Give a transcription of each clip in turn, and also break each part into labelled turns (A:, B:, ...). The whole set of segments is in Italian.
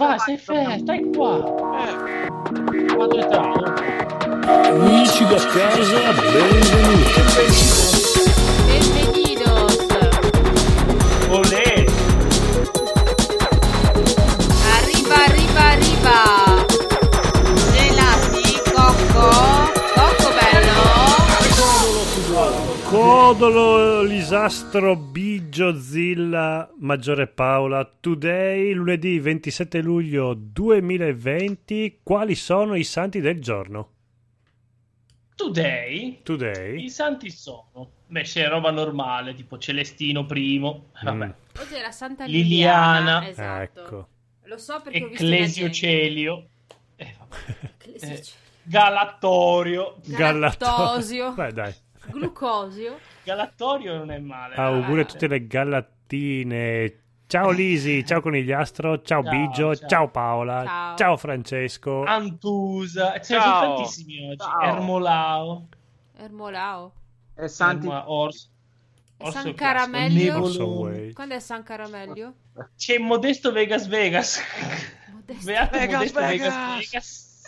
A: Vai, sei fermo, stai qua. Eh. Quando entravo.
B: Amici da casa, benvenuti.
C: Benvenidos
B: Olè,
C: Arriva, arriva, arriva Gelati, cocco Cocco bello
D: Codolo, Lisastro, Biggio, Zilla, Maggiore Paola, Today, lunedì 27 luglio 2020, quali sono i santi del giorno?
A: Today i
D: Today?
A: santi sono. Beh, c'è roba normale, tipo Celestino primo, vabbè.
D: Mm,
C: Oggi è la Santa
A: Liliana.
C: Liliana, Esatto
D: Ecco.
C: Lo so perché ho visto una
A: Ecclesio
C: gente.
A: Celio. Eh, vabbè.
C: Ecclesio
A: Eh.
C: Celi.
A: Galattorio.
C: Galatosio.
D: Beh, dai.
C: Glucosio
A: Galattorio non è male. Eh,
D: Auguri a Ah, tutte le gallattine. Ciao Lisi, ciao Conigliastro, ciao,
A: Ciao,
D: Biggio,
A: ciao.
D: ciao, Paola,
C: Ciao.
D: ciao, Francesco.
A: Antusa, ce ne sono
E: Ciao.
A: tantissimi oggi.
E: Ciao.
A: Ermolao,
C: Ermolao
E: E Eh, Santi
A: Erma- Ors- Orso
C: San
A: Casco,
C: Caramelio.
A: Nevoloni.
D: Orso Way.
C: Quando è San Caramelio?
A: C'è Modesto Vegas Vegas.
C: Modesto.
A: Beato
E: Vegas,
A: Modesto Vegas
E: Vegas.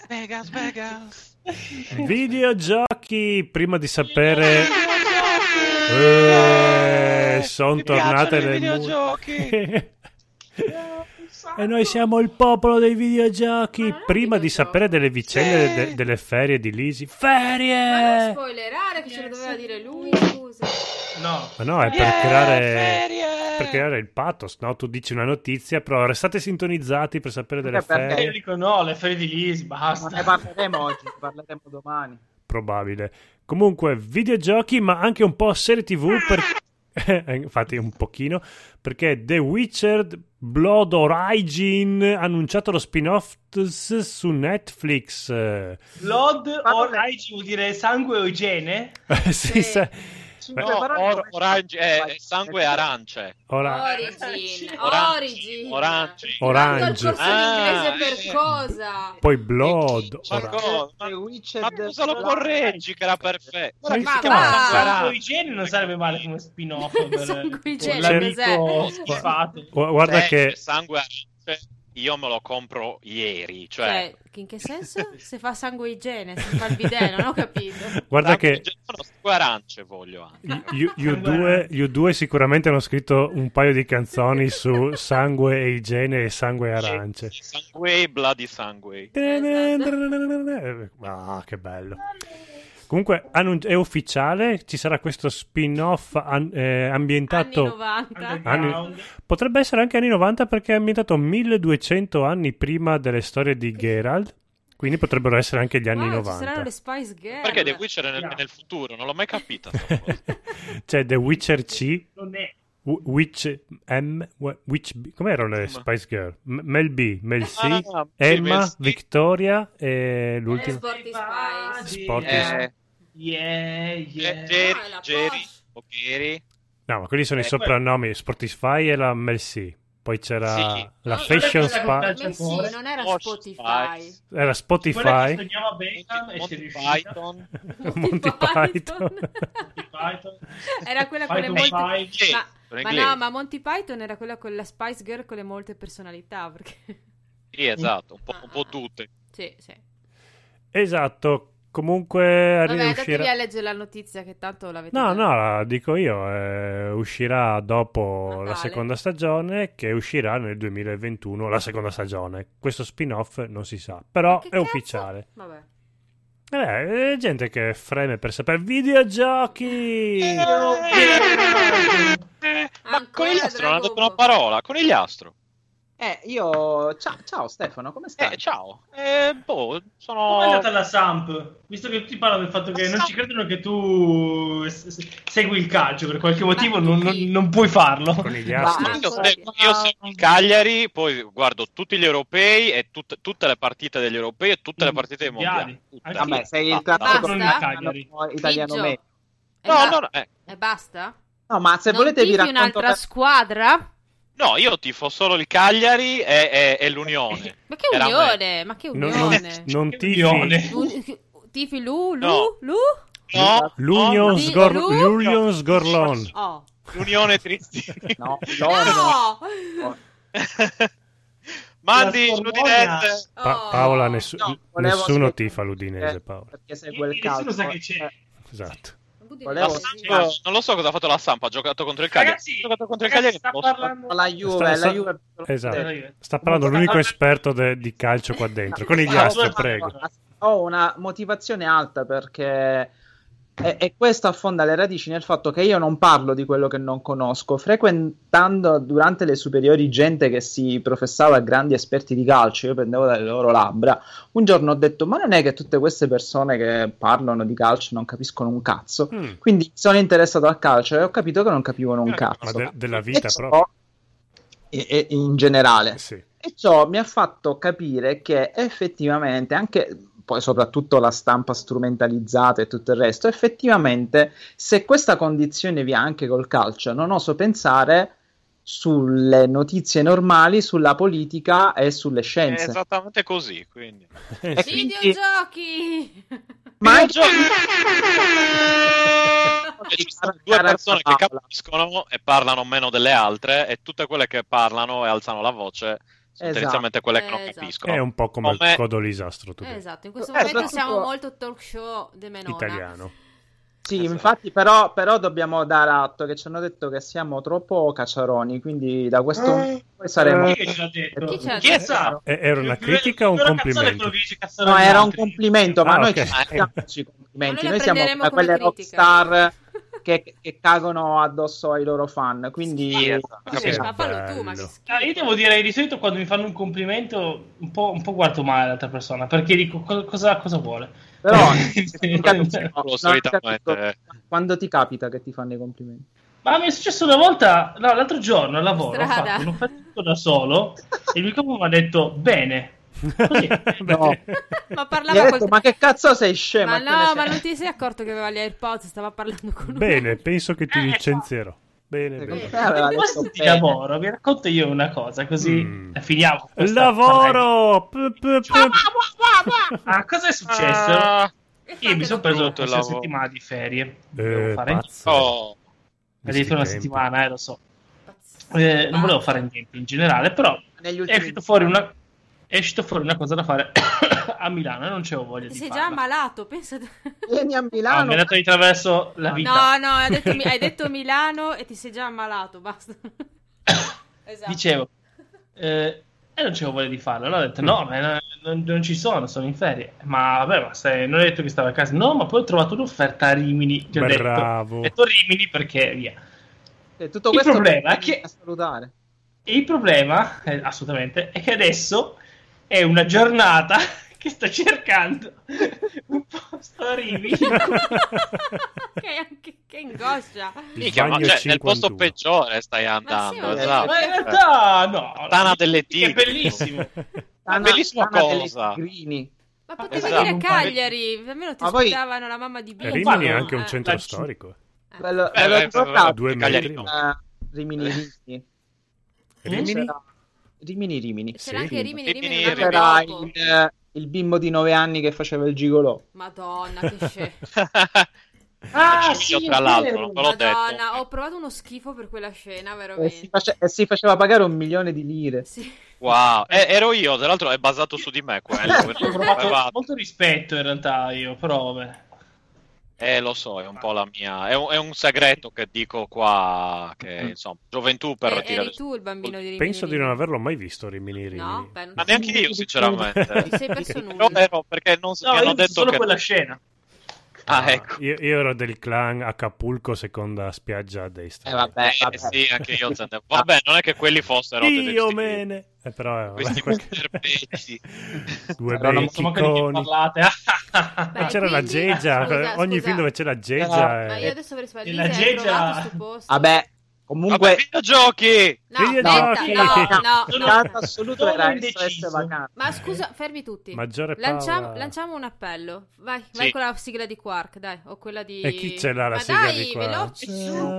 A: Vegas.
E: Vegas Vegas.
D: Videogiochi, prima di sapere... Eh, son
E: Mi
D: tornate
E: piacciono i
D: le mu-
E: videogiochi.
D: E noi siamo il popolo dei videogiochi.
C: Ma non è
D: Prima di
C: videogioco.
D: sapere delle vicende
E: Ah, Sì.
D: de- delle ferie di Lisi,
C: Ma non
D: ferie!
C: spoilerare Ah, che ce lo doveva dire lui, scusa.
A: No.
D: Ma no, è per
E: Yeah,
D: creare.
E: Eh, ferie.
D: Per creare il pathos, no? Tu dici una notizia, però restate sintonizzati per sapere delle
E: Anche perché-
D: ferie.
A: Io dico no, le ferie di Lisi,
E: Non ne
A: basta.
E: parleremo oggi, ne parleremo domani.
D: Probabile. Comunque, videogiochi, ma anche un po' serie TV. Per... Eh, Infatti, un pochino. Perché The Witcher Blood Origin ha annunciato lo spin-off su Netflix. Eh,
A: Blood
E: Ma
A: or
E: vabbè.
A: Hygiene vuol dire sangue o igiene?
D: si sa-
E: Cinque
F: No,
E: parole
F: or-
E: come-
F: orange, eh, sangue arance.
D: Ora,
C: Origin,
F: Orangi,
C: Origin.
F: orangi.
C: Tanto il
D: Orange.
C: corso
F: Ah,
C: in inglese per
F: eh.
C: cosa?
D: Poi Blood.
F: Ma
D: ora-
F: cosa?
E: The
F: Ma-
E: Witcher
F: Ma
E: del-
F: cosa lo correggi che era perfetto?
D: Ma
F: Guarda
D: si chiama
F: che si chiama
C: Ah.
F: sangue
A: sangue o
F: arance.
A: igiene non sarebbe male come spin-off
C: Sangue
A: per tipo,
C: igiene, cioè,
A: l'amico
C: cos'è?
A: schifato.
D: Gu- Guarda
F: Eh,
D: che
F: c'è sangue arance io me lo compro ieri, cioè
C: Cioè, in che senso? Se fa sangue igiene, se fa il bidet, non ho capito.
F: Ah,
D: guarda che
F: sangue, no, sangue arance voglio anche.
D: gli gli U2, gli U2 sicuramente hanno scritto un paio di canzoni su sangue e igiene e sangue e arance.
F: Sangue bla di
C: Eh,
F: sangue.
D: Ah, che bello. Comunque annun- è ufficiale, ci sarà questo spin-off an- eh,
C: Anni
D: ambientato
C: 90.
A: Underground.
D: Potrebbe essere anche anni 90 perché è ambientato 1200 anni prima delle storie di Geralt, quindi potrebbero essere anche gli anni
C: Wow, Ci
D: 90.
C: saranno le Spice Girl.
F: Perché The Witcher è nel,
A: Yeah.
F: nel futuro, non l'ho mai capita. sta cosa.
D: C'è The Witcher C,
A: Non è.
D: W- Witch M, W- Witch B, com'erano le
F: Insomma.
D: Spice Girl? M- Mel B, Mel C,
F: Ah, sì,
D: Emma,
F: Mel C.
D: Victoria e l'ultima.
C: Eh, Sporty Spice.
D: Sporty
F: Eh,
A: Yeah, yeah.
F: Ge-
C: Ah, è la
F: Jerry, Jerry,
C: Porsche.
F: o Geri.
D: No, ma quelli sono i
F: Eh,
D: soprannomi, Spotify e la Mel C. Poi c'era
F: Sì.
D: la
C: No,
D: Fashion
A: quella con
D: Spice,
A: la-
C: Beh, sì, non era
F: Porsche
C: Spotify.
F: Spice.
D: era
A: Quella che
D: Spotify,
A: sognava Beckham e si
F: Monty
A: è riuscita.
F: Python.
D: Monty Python.
A: Python.
C: Era quella con le
A: Python
C: molte...
A: Five.
F: Sì,
C: Ma,
F: sono
C: ma
F: inglesi.
C: no, ma Monty Python era quella con la Spice Girl con le molte personalità, perché...
F: Sì, esatto, un po', un po' tutte.
C: Sì, sì.
D: Esatto, comunque
C: Vabbè,
D: riuscirà...
C: andatevi a leggere la notizia che tanto l'avete
D: No,
C: già-
D: no, la dico io, eh, uscirà dopo
C: Natale.
D: la seconda stagione che uscirà nel 2021, la seconda stagione. Questo spin-off non si sa, però
C: Che
D: è
C: cazzo?
D: ufficiale.
C: Vabbè.
D: Eh, beh, è gente che freme per sapere videogiochi!
C: Eh,
F: Ma
C: Ancora
F: con Conigliastro non ha detto
C: Dragon Ball.
F: una parola. Conigliastro.
E: Eh, io... Ciao, ciao Stefano, come stai?
F: Eh, ciao. Eh, boh,
A: Come è
F: sono...
A: andata la Samp? Visto che tutti parlano del fatto che
F: La
A: non
F: Samp-
A: ci credono che tu s- s- segui il calcio per qualche motivo,
C: Ma
A: non, non-
C: chi?
A: non puoi farlo.
D: Conigliastro.
C: Ma-
F: Io,
C: ancora
F: se-
C: più.
F: io seguo il Cagliari, poi guardo tutti gli europei e tut- tutte le partite degli europei e tutte le partite dei mondiali. Tutte.
A: Mm, Anche-
E: Vabbè, sei il
F: Basta.
E: classico
C: Basta?
E: italiano, italiano
C: Biggio.
E: medio.
C: E
F: No,
C: ba-
F: no, no, eh,
C: E basta?
E: No, ma se
C: non
E: volete vi
C: tifi
E: racconto...
C: un'altra
E: per-
C: squadra?
F: no, io tifo solo il Cagliari e, e- e l'Unione.
C: Ma che
F: Era
C: unione? Ma che
D: Non,
C: unione?
D: non, non tifi
A: Milione.
C: Un- Tifi Lu, Lu,
F: No.
C: Lu?
F: No,
D: l'Union
F: no,
C: Sì,
D: Sgor-
C: Lu-
D: l'Union Sgorlon.
C: Oh.
F: l'Unione Tristini.
E: No, no, no.
C: No!
E: no.
F: Ma Mandi l'Udinese.
D: Pa-
C: Oh.
D: Paola, nessu-
E: No, volevo
D: nessuno
E: ascoltare-
D: tifa l'Udinese, Paola.
E: Perché segue il
A: Nessuno
E: calcio.
A: sa che c'è.
E: Eh,
D: Esatto.
F: La
E: Volevo...
F: Samp- non lo so cosa ha fatto la Sampa, ha giocato contro il Cagliari.
A: Ragazzi,
F: ha giocato contro il
A: ragazzi,
F: Cagliari.
A: sta
F: posso-
A: parlando...
E: La Juve,
D: Sta- sta-
E: la Juve...
D: Esatto.
A: Eh,
D: Sta parlando
E: Comunque-
D: l'unico esperto de- di calcio qua dentro. Con gli
E: Ah,
D: astro,
E: guarda,
D: prego.
E: Ho una motivazione alta perché... E, e questo affonda le radici nel fatto che io non parlo di quello che non conosco, frequentando durante le superiori gente che si professava grandi esperti di calcio, io prendevo dalle loro labbra, un giorno ho detto ma non è che tutte queste persone che parlano di calcio non capiscono un cazzo,
D: Mm.
E: quindi sono interessato al calcio e ho capito che non capivano un cazzo.
D: Eh, Ma de- della
E: E
D: vita
E: ciò-
D: proprio. Eh,
E: e- e in generale.
D: Sì.
E: E ciò mi ha fatto capire che effettivamente, anche poi soprattutto la stampa strumentalizzata e tutto il resto, effettivamente se questa condizione vi è anche col calcio, non oso pensare sulle notizie normali, sulla politica e sulle
D: Eh,
F: È
E: scienze.
D: esatto.
F: esattamente così, quindi.
E: E
D: Sì.
E: quindi-
C: Videogiochi!
E: Ma è-
F: Cioè, ci sono due persone che capiscono e parlano meno delle altre e tutte quelle che parlano e alzano la voce sono
E: Esatto.
F: tendenzialmente quelle che non
C: Eh, esatto.
F: capiscono.
D: È un po' come
F: Come-
D: il codolisastro tu
C: Eh, esatto, in questo
E: Eh,
C: momento
E: soprattutto-
C: siamo molto talk show de menona.
D: italiano.
E: Sì,
F: Esatto.
E: infatti, però, però dobbiamo dare atto che ci hanno detto che siamo troppo cacciaroni, quindi da questo momento poi saremo...
A: Chi è che ce l'ha detto?
C: Chi ce l'ha
A: è
C: detto?
A: stato?
D: E- era una critica o un complimento?
E: No, era un complimento, ma
D: Ah,
E: noi
D: ok.
E: ci facciamoci i complimenti.
C: Ma noi
E: Noi
C: la
E: siamo
C: prenderemo come
E: tra quelle
C: critica.
E: rockstar che, che cagano addosso ai loro fan. Quindi,
F: Sì,
C: Sì,
F: esatto. Capito.
C: ma fallo tu, ma che
D: Bello.
C: schifo.
A: Ah, io devo dire, di solito quando mi fanno un complimento un po', un po' guardo male l'altra persona, perché dico co- cosa, cosa vuole.
E: però,
A: Però-
E: no,
F: solitamente.
E: quando ti capita che ti fanno i complimenti,
A: Ma mi è successo una volta, no, l'altro giorno al lavoro, ho
C: Strada.
A: fatto un fatto da solo e il mio capo mi ha detto bene. Così.
E: No.
C: ma
E: gli ho
C: parlava
E: detto,
C: col...
E: Eh, ma che cazzo sei scema?
C: Ma
E: Che ne
C: no,
E: sei?"
C: ma non ti sei accorto che aveva gli AirPods, stava parlando con un
D: Bene, penso che ti
A: Eh,
D: licenzierò. Bene,
E: Secondo
D: bene.
E: me aveva
A: A
E: detto
A: proposito di
E: bene.
A: lavoro, vi racconto io una cosa, così
D: Mm.
A: eh, finiamo. con questa-
D: Lavoro! P- p- p-
A: Ah, cosa è successo?
F: Ah,
C: E
A: io mi
C: fatelo
A: sono preso
C: tu.
F: tutto il
A: questa
F: lavoro.
A: settimana di ferie.
D: Eh,
A: Devo fare.
D: pazzo.
F: oh,
A: Addirittura una
D: Sti tempi.
A: settimana, eh, lo so.
C: Pazzesco.
A: Eh, non volevo fare niente in generale, però
E: Negli
A: è
E: ultimi
A: uscita fuori una, è uscita fuori una cosa da fare a Milano e non c'avevo voglia
C: Ti
A: di
C: sei già
A: farla.
C: ammalato, pensa...
E: vieni a
A: Ah,
E: Milano.
A: mi è andato di traverso la vita.
C: No, esatto. no, hai detto, hai detto Milano e ti sei già ammalato, basta. esatto.
A: Dicevo, eh, e non c'avevo voglia di farlo. Allora ho detto, no, ma no- non, non ci sono, sono in ferie. Ma vabbè, ma se- non hai detto che stavo a casa. No, ma poi ho trovato un'offerta a Rimini. Ti ho detto,
D: Bravo.
A: ho detto Rimini perché via.
E: E eh, tutto
A: Il
E: questo
A: problema
E: per
A: è che-
E: venirmi a salutare.
A: E il problema, eh, assolutamente, è che adesso è una giornata che sto cercando un posto a Rimini.
F: Esatto.
C: che, che, che angoscia.
D: Il
F: minchia, ma
D: bagno
F: cioè, nel posto
D: 51.
F: peggiore stai
C: sì,
F: andando.
C: ma-
F: esatto.
A: Eh, Ma in realtà no.
F: Tana
A: Che
F: delle
A: è
F: tigri.
A: bellissimo.
D: Eh,
E: Tana-
F: bellissima
E: Tana delle
F: cosa.
E: Tigrini.
C: Ma potevi
F: Esatto.
C: dire Cagliari, almeno ti
E: Ma voi-
C: ascoltavano la mamma di Bill.
D: Rimini è anche un
C: Eh,
D: centro
A: eh.
D: storico.
C: eh.
E: Ve lo-
F: Beh,
E: ve lo
F: beh,
E: ricordate?
D: Due
F: Cagliari
D: metri.
F: no.
E: Eh, Rimini Rimini.
A: Eh,
D: Rimini?
E: C'era- Rimini Rimini.
C: C'era
D: Sì.
C: anche Rimini, Rimini,
F: Rimini,
C: un altro
E: C'era
C: dopo.
E: il, eh, il bimbo di 9 anni che faceva il gigolò.
C: Madonna, che scemo.
F: Cioè.
A: Ah,
E: Eh,
F: Ci
A: sì,
F: tra
A: è
F: l'altro,
A: vero.
F: non ve l'ho detto.
C: Madonna, ho provato uno schifo per quella scena,
E: E si,
C: veramente.
E: face- e si faceva pagare un milione di lire.
C: Sì.
F: Wow, eh, ero io, tra l'altro è basato su di me quello.
A: Ho provato molto rispetto in realtà io, però vabbè.
F: Eh, lo so, è un po' la mia. È un, è un segreto che dico qua.
A: Mm.
F: Che insomma, gioventù per
C: Eh,
F: tirare
C: eri
F: su.
C: tu il bambino di Rimini.
D: Penso di
C: Rimini.
D: non averlo mai visto Rimini Rimini. Ah,
C: No, beh, non
F: Ma
C: ti-
F: neanche io,
C: ti
F: sinceramente.
C: sei perso nulla.
F: Però ero perché non so,
A: No,
F: mi
A: io
F: hanno
A: ho visto
F: detto
A: solo
F: che.
A: quella scena.
F: Ah, ecco.
D: Io, io ero del clan Acapulco, seconda spiaggia a destra.
E: Eh, vabbè,
F: Eh,
E: vabbè.
F: sì, anche io. te ne- Vabbè, non è che quelli fossero.
D: Io
F: tedeschi.
D: mene! Eh, però, eh,
F: Questi
D: vabbè.
F: perbeci.
D: Due
E: Però
D: bei
E: non
A: Non so manco di che
D: chicconi.
A: parlate.
D: Ma
C: Beh,
D: c'era la
C: quindi- Ah,
D: Geggia.
C: scusa,
D: Ogni
C: scusa.
D: film dove c'è la
E: Però-
D: Geggia.
C: Ma
D: eh,
C: io adesso avrei sbagliato. cioè,
A: la
C: hai
A: Geggia-
C: trovato sto posto.
E: Vabbè,
F: Vabbè,
E: comunque...
F: giochi!
C: No,
D: Video
C: aspetta,
D: giochi.
C: no, no,
A: Sono-
C: no.
E: L'altro assoluto
A: Sono
E: era
A: indeciso.
E: SOS vacanze.
C: Ma scusa, fermi tutti.
D: Maggiore Paola.
C: Lanciamo, lanciamo un appello. Vai, vai con la sigla di Quark, dai, o quella di
D: E chi ce l'ha la
C: Ma
D: sigla
C: dai,
D: di qua?
C: veloce, su.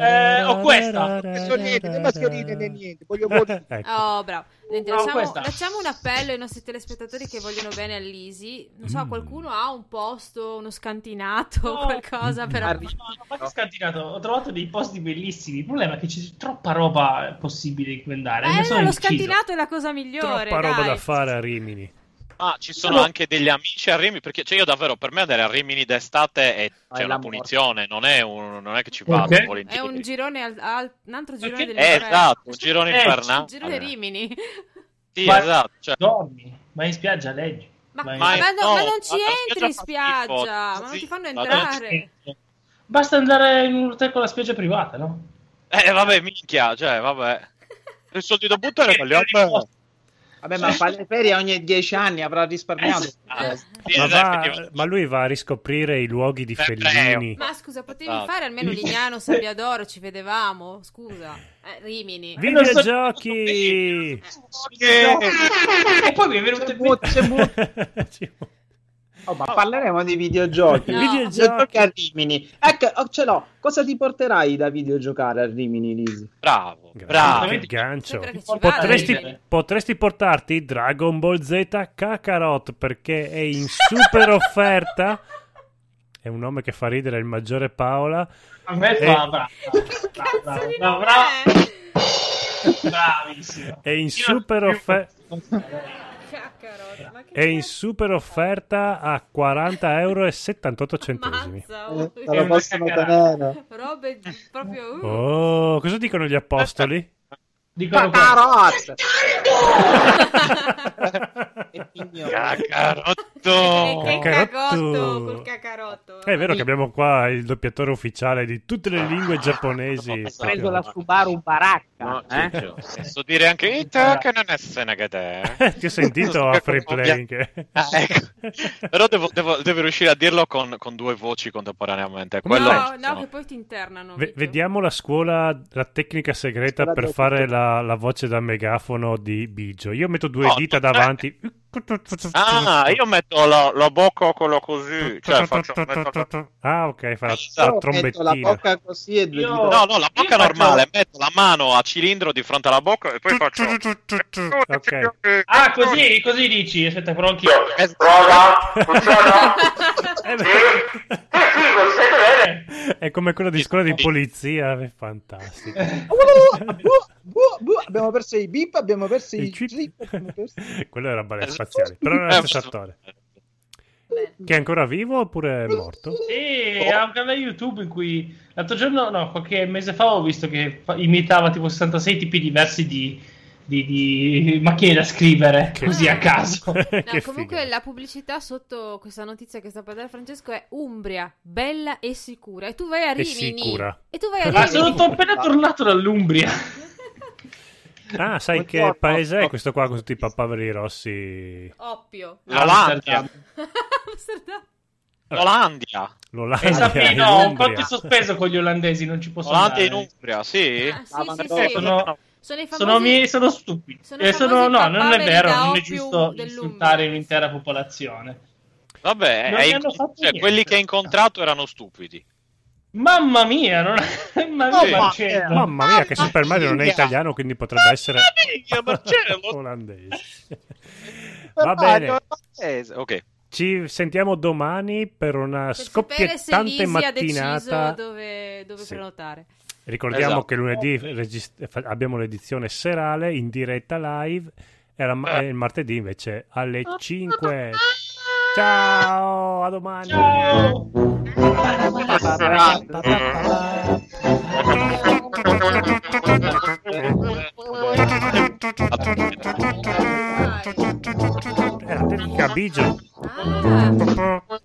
A: Eh, ho questa.
G: Che sorride, né mascherine né niente. Voglio voti.
D: Ecco.
C: Oh, bravo. Niente,
A: No,
C: lasciamo,
A: questa.
C: lasciamo un appello ai nostri telespettatori che vogliono bene all'Isi. Non so,
D: Mm.
C: qualcuno ha un posto, uno scantinato,
A: No.
C: qualcosa per
A: No,
E: Arri-
C: abbonare?
A: no, ma che scantinato, ho trovato dei posti bellissimi. Il problema è che c'è troppa roba possibile di cui andare.
C: Eh,
A: Mi
C: no,
A: sono
C: lo
A: inciso.
C: scantinato è la cosa migliore.
D: Troppa roba
C: Oh, dai.
D: da fare a Rimini.
F: Ma Ah, ci sono
A: No.
F: anche degli amici a Rimini, perché cioè io davvero per me andare a Rimini d'estate è,
E: è
F: c'è
E: la
F: una punizione, non è, un- non è che ci vado
A: Perché?
C: È
F: volentieri.
C: un girone, al- al- un altro girone
A: Perché-
C: del
F: Eh, esatto, un girone
A: Eh,
F: infernale.
C: Un girone Rimini.
F: Sì,
A: Ma-
F: esatto. cioè,
A: Dormi, vai in spiaggia, leggi.
C: Ma,
A: Vai in-
C: ma
F: è-
C: no, ma non
F: la
C: ci entri in
F: fa schifo.
C: spiaggia, ma non
F: Sì,
C: ti fanno
F: ma non
C: entrare.
A: Basta andare in un hotel con la spiaggia privata, no?
F: ci- Eh, vabbè, minchia, cioè, vabbè. I soldi da buttare con le altre.
E: Vabbè, ma fa le ferie ogni dieci anni, avrà
A: Eh,
E: risparmiato. Eh,
F: Ah, sì,
D: Ma,
F: esatto,
D: va-
F: effettivamente.
D: ma lui va a riscoprire i luoghi di
F: Sempre
D: Fellini.
C: Ma scusa, potevi
F: Esatto.
C: fare almeno Lignano, Sabbiadoro, ci vedevamo, scusa. Eh, Rimini.
D: Videogiochi!
A: E poi mi è venuto
E: C'è
A: in mente
E: molto- c'è molto-
D: Ci-
E: Oh, ma parleremo di videogiochi.
C: No.
E: Videogiochi
D: Videogiochi!
E: a Rimini. Ecco, oh, ce l'ho. Cosa ti porterai da videogiocare a Rimini, Lisi?
F: Bravo, bravo.
D: Bravo, che gancio.
C: Sembra che ci vada. Rimini.
D: Potresti, potresti portarti Dragon Ball Z Kakarot perché è in super offerta. È un nome che fa ridere il maggiore Paola.
A: a me
D: Eh.
A: fa brava.
C: Che cazzo di nome
A: brava,
C: è?
A: bravissimo.
D: È in
A: Io-
D: super
A: io-
D: offerta.
C: Caccarot, ma che
D: È in
C: cazzo-
D: super offerta a 40 euro e 78 centesimi.
C: Ammazza, oh.
G: Eh, te lo
A: una
G: possono
A: caccherata.
G: tenere.
C: Robe proprio... uh.
D: Oh, cosa dicono gli apostoli?
A: Dicono qua.
E: Pacarot! E pignolo.
D: Oh,
F: Cacarotto.
C: E cacarotto, col cacarotto.
D: È vero che abbiamo qua il doppiatore ufficiale di tutte le lingue giapponesi.
E: Ho preso la Subaru Baracca.
F: No,
E: eh?
F: Gigio, posso dire anche Ita che non è Senegade.
D: Ti ho sentito a free play. che-
F: Ah, ecco. Però devo, devo- devo riuscire a dirlo con, con due voci contemporaneamente.
C: No,
F: Quello non
C: no,
F: sono.
C: che poi ti internano.
D: Ve-
C: Vito.
D: vediamo la scuola, la tecnica segreta
G: Scuola
D: per
G: del
D: fare
G: tutto.
D: la, la voce da megafono di Bigio. Io metto due
F: No,
D: dita
F: no, eh.
D: davanti.
F: Ah, io metto la, la bocca quello così. Cioè, faccio, metto-
D: Ah, ok, fa la, la
E: Io
F: Io
E: metto la
D: trombettina.
E: bocca così e due
A: Io-
E: dita.
F: No, no, la bocca
A: Io faccio-
F: normale, metto la mano a cilindro di fronte alla bocca e poi faccio.
D: Ok.
F: eh.
A: Ah, così, così dici. Aspetta, però anch'io.
F: Es-
D: Eh, beh, È come quella di scuola di polizia, è fantastico.
G: Uh, uh, uh, uh, Abbiamo perso i bip, abbiamo perso i
D: Il chip-
G: clip, abbiamo perso-
D: Quello era Ballet Spaziale, però era lo
F: Eh,
D: stesso
F: ma-
D: attore. Che è ancora vivo oppure è morto?
A: E ha un canale YouTube in cui l'altro giorno, no, qualche mese fa ho visto che fa- imitava tipo 66 tipi diversi di, di- di macchine da scrivere,
D: Che-
A: così a caso.
C: No,
D: Che
C: comunque
D: figa.
C: la pubblicità sotto questa notizia che sta per dare Francesco è Umbria, bella e sicura. E tu vai a
D: E
C: Rimini.
D: sicura.
C: E tu vai a
A: Ma
C: Rimini.
A: Ah, sono to- appena
F: Ah.
A: tornato dall'Umbria.
D: Ah, sai che
E: Buongiorno.
D: paese è questo qua con tutti i pappaveri rossi?
C: Oppio.
F: L'Olandia.
C: Amsterdam.
F: L'Olandia.
D: L'Olanda.
A: E Eh,
F: Eh,
A: sappi, Esatto. no,
D: l'Umbria.
A: ho un conto in sospeso con gli olandesi, non ci posso
F: L'Olandia
A: andare.
F: in Umbria, sì.
C: Ah, sì,
E: Ah, ma
C: sì,
E: no,
C: sì.
A: sono-
C: Sono i famosi...
A: Sono, miei, sono stupidi.
C: Sono
A: Eh, sono-
C: famosi
A: no, non è
C: papaveri
A: vero,
C: da
A: non è
C: opium
A: giusto
C: dell'Umbria.
A: insultare un'intera popolazione.
F: Vabbè,
A: Non
F: è
A: gli
F: in-
A: hanno fatto
F: cioè,
A: niente.
F: quelli che ha incontrato erano stupidi.
A: Mamma mia, non... mamma
F: Oh,
A: mia,
F: ma-
A: Marcello.
D: Mamma mia, che Super Mario non è
G: mia.
D: italiano, quindi potrebbe essere
F: mia, Marcello!
D: olandese. Va bene,
F: Ok.
D: ci sentiamo domani per una
C: Per sapere se
D: scoppiettante
C: Lisi ha deciso
D: mattinata.
C: dove, dove
D: Sì.
C: prenotare.
D: Ricordiamo
F: Esatto.
D: che lunedì regist- fa- abbiamo l'edizione serale in diretta live e, la ma- e il martedì invece alle 5. Ciao, a domani.
A: Ciao.
C: Dai.
D: Era tecnica Bigio.
C: Ah.
D: Pop, pop.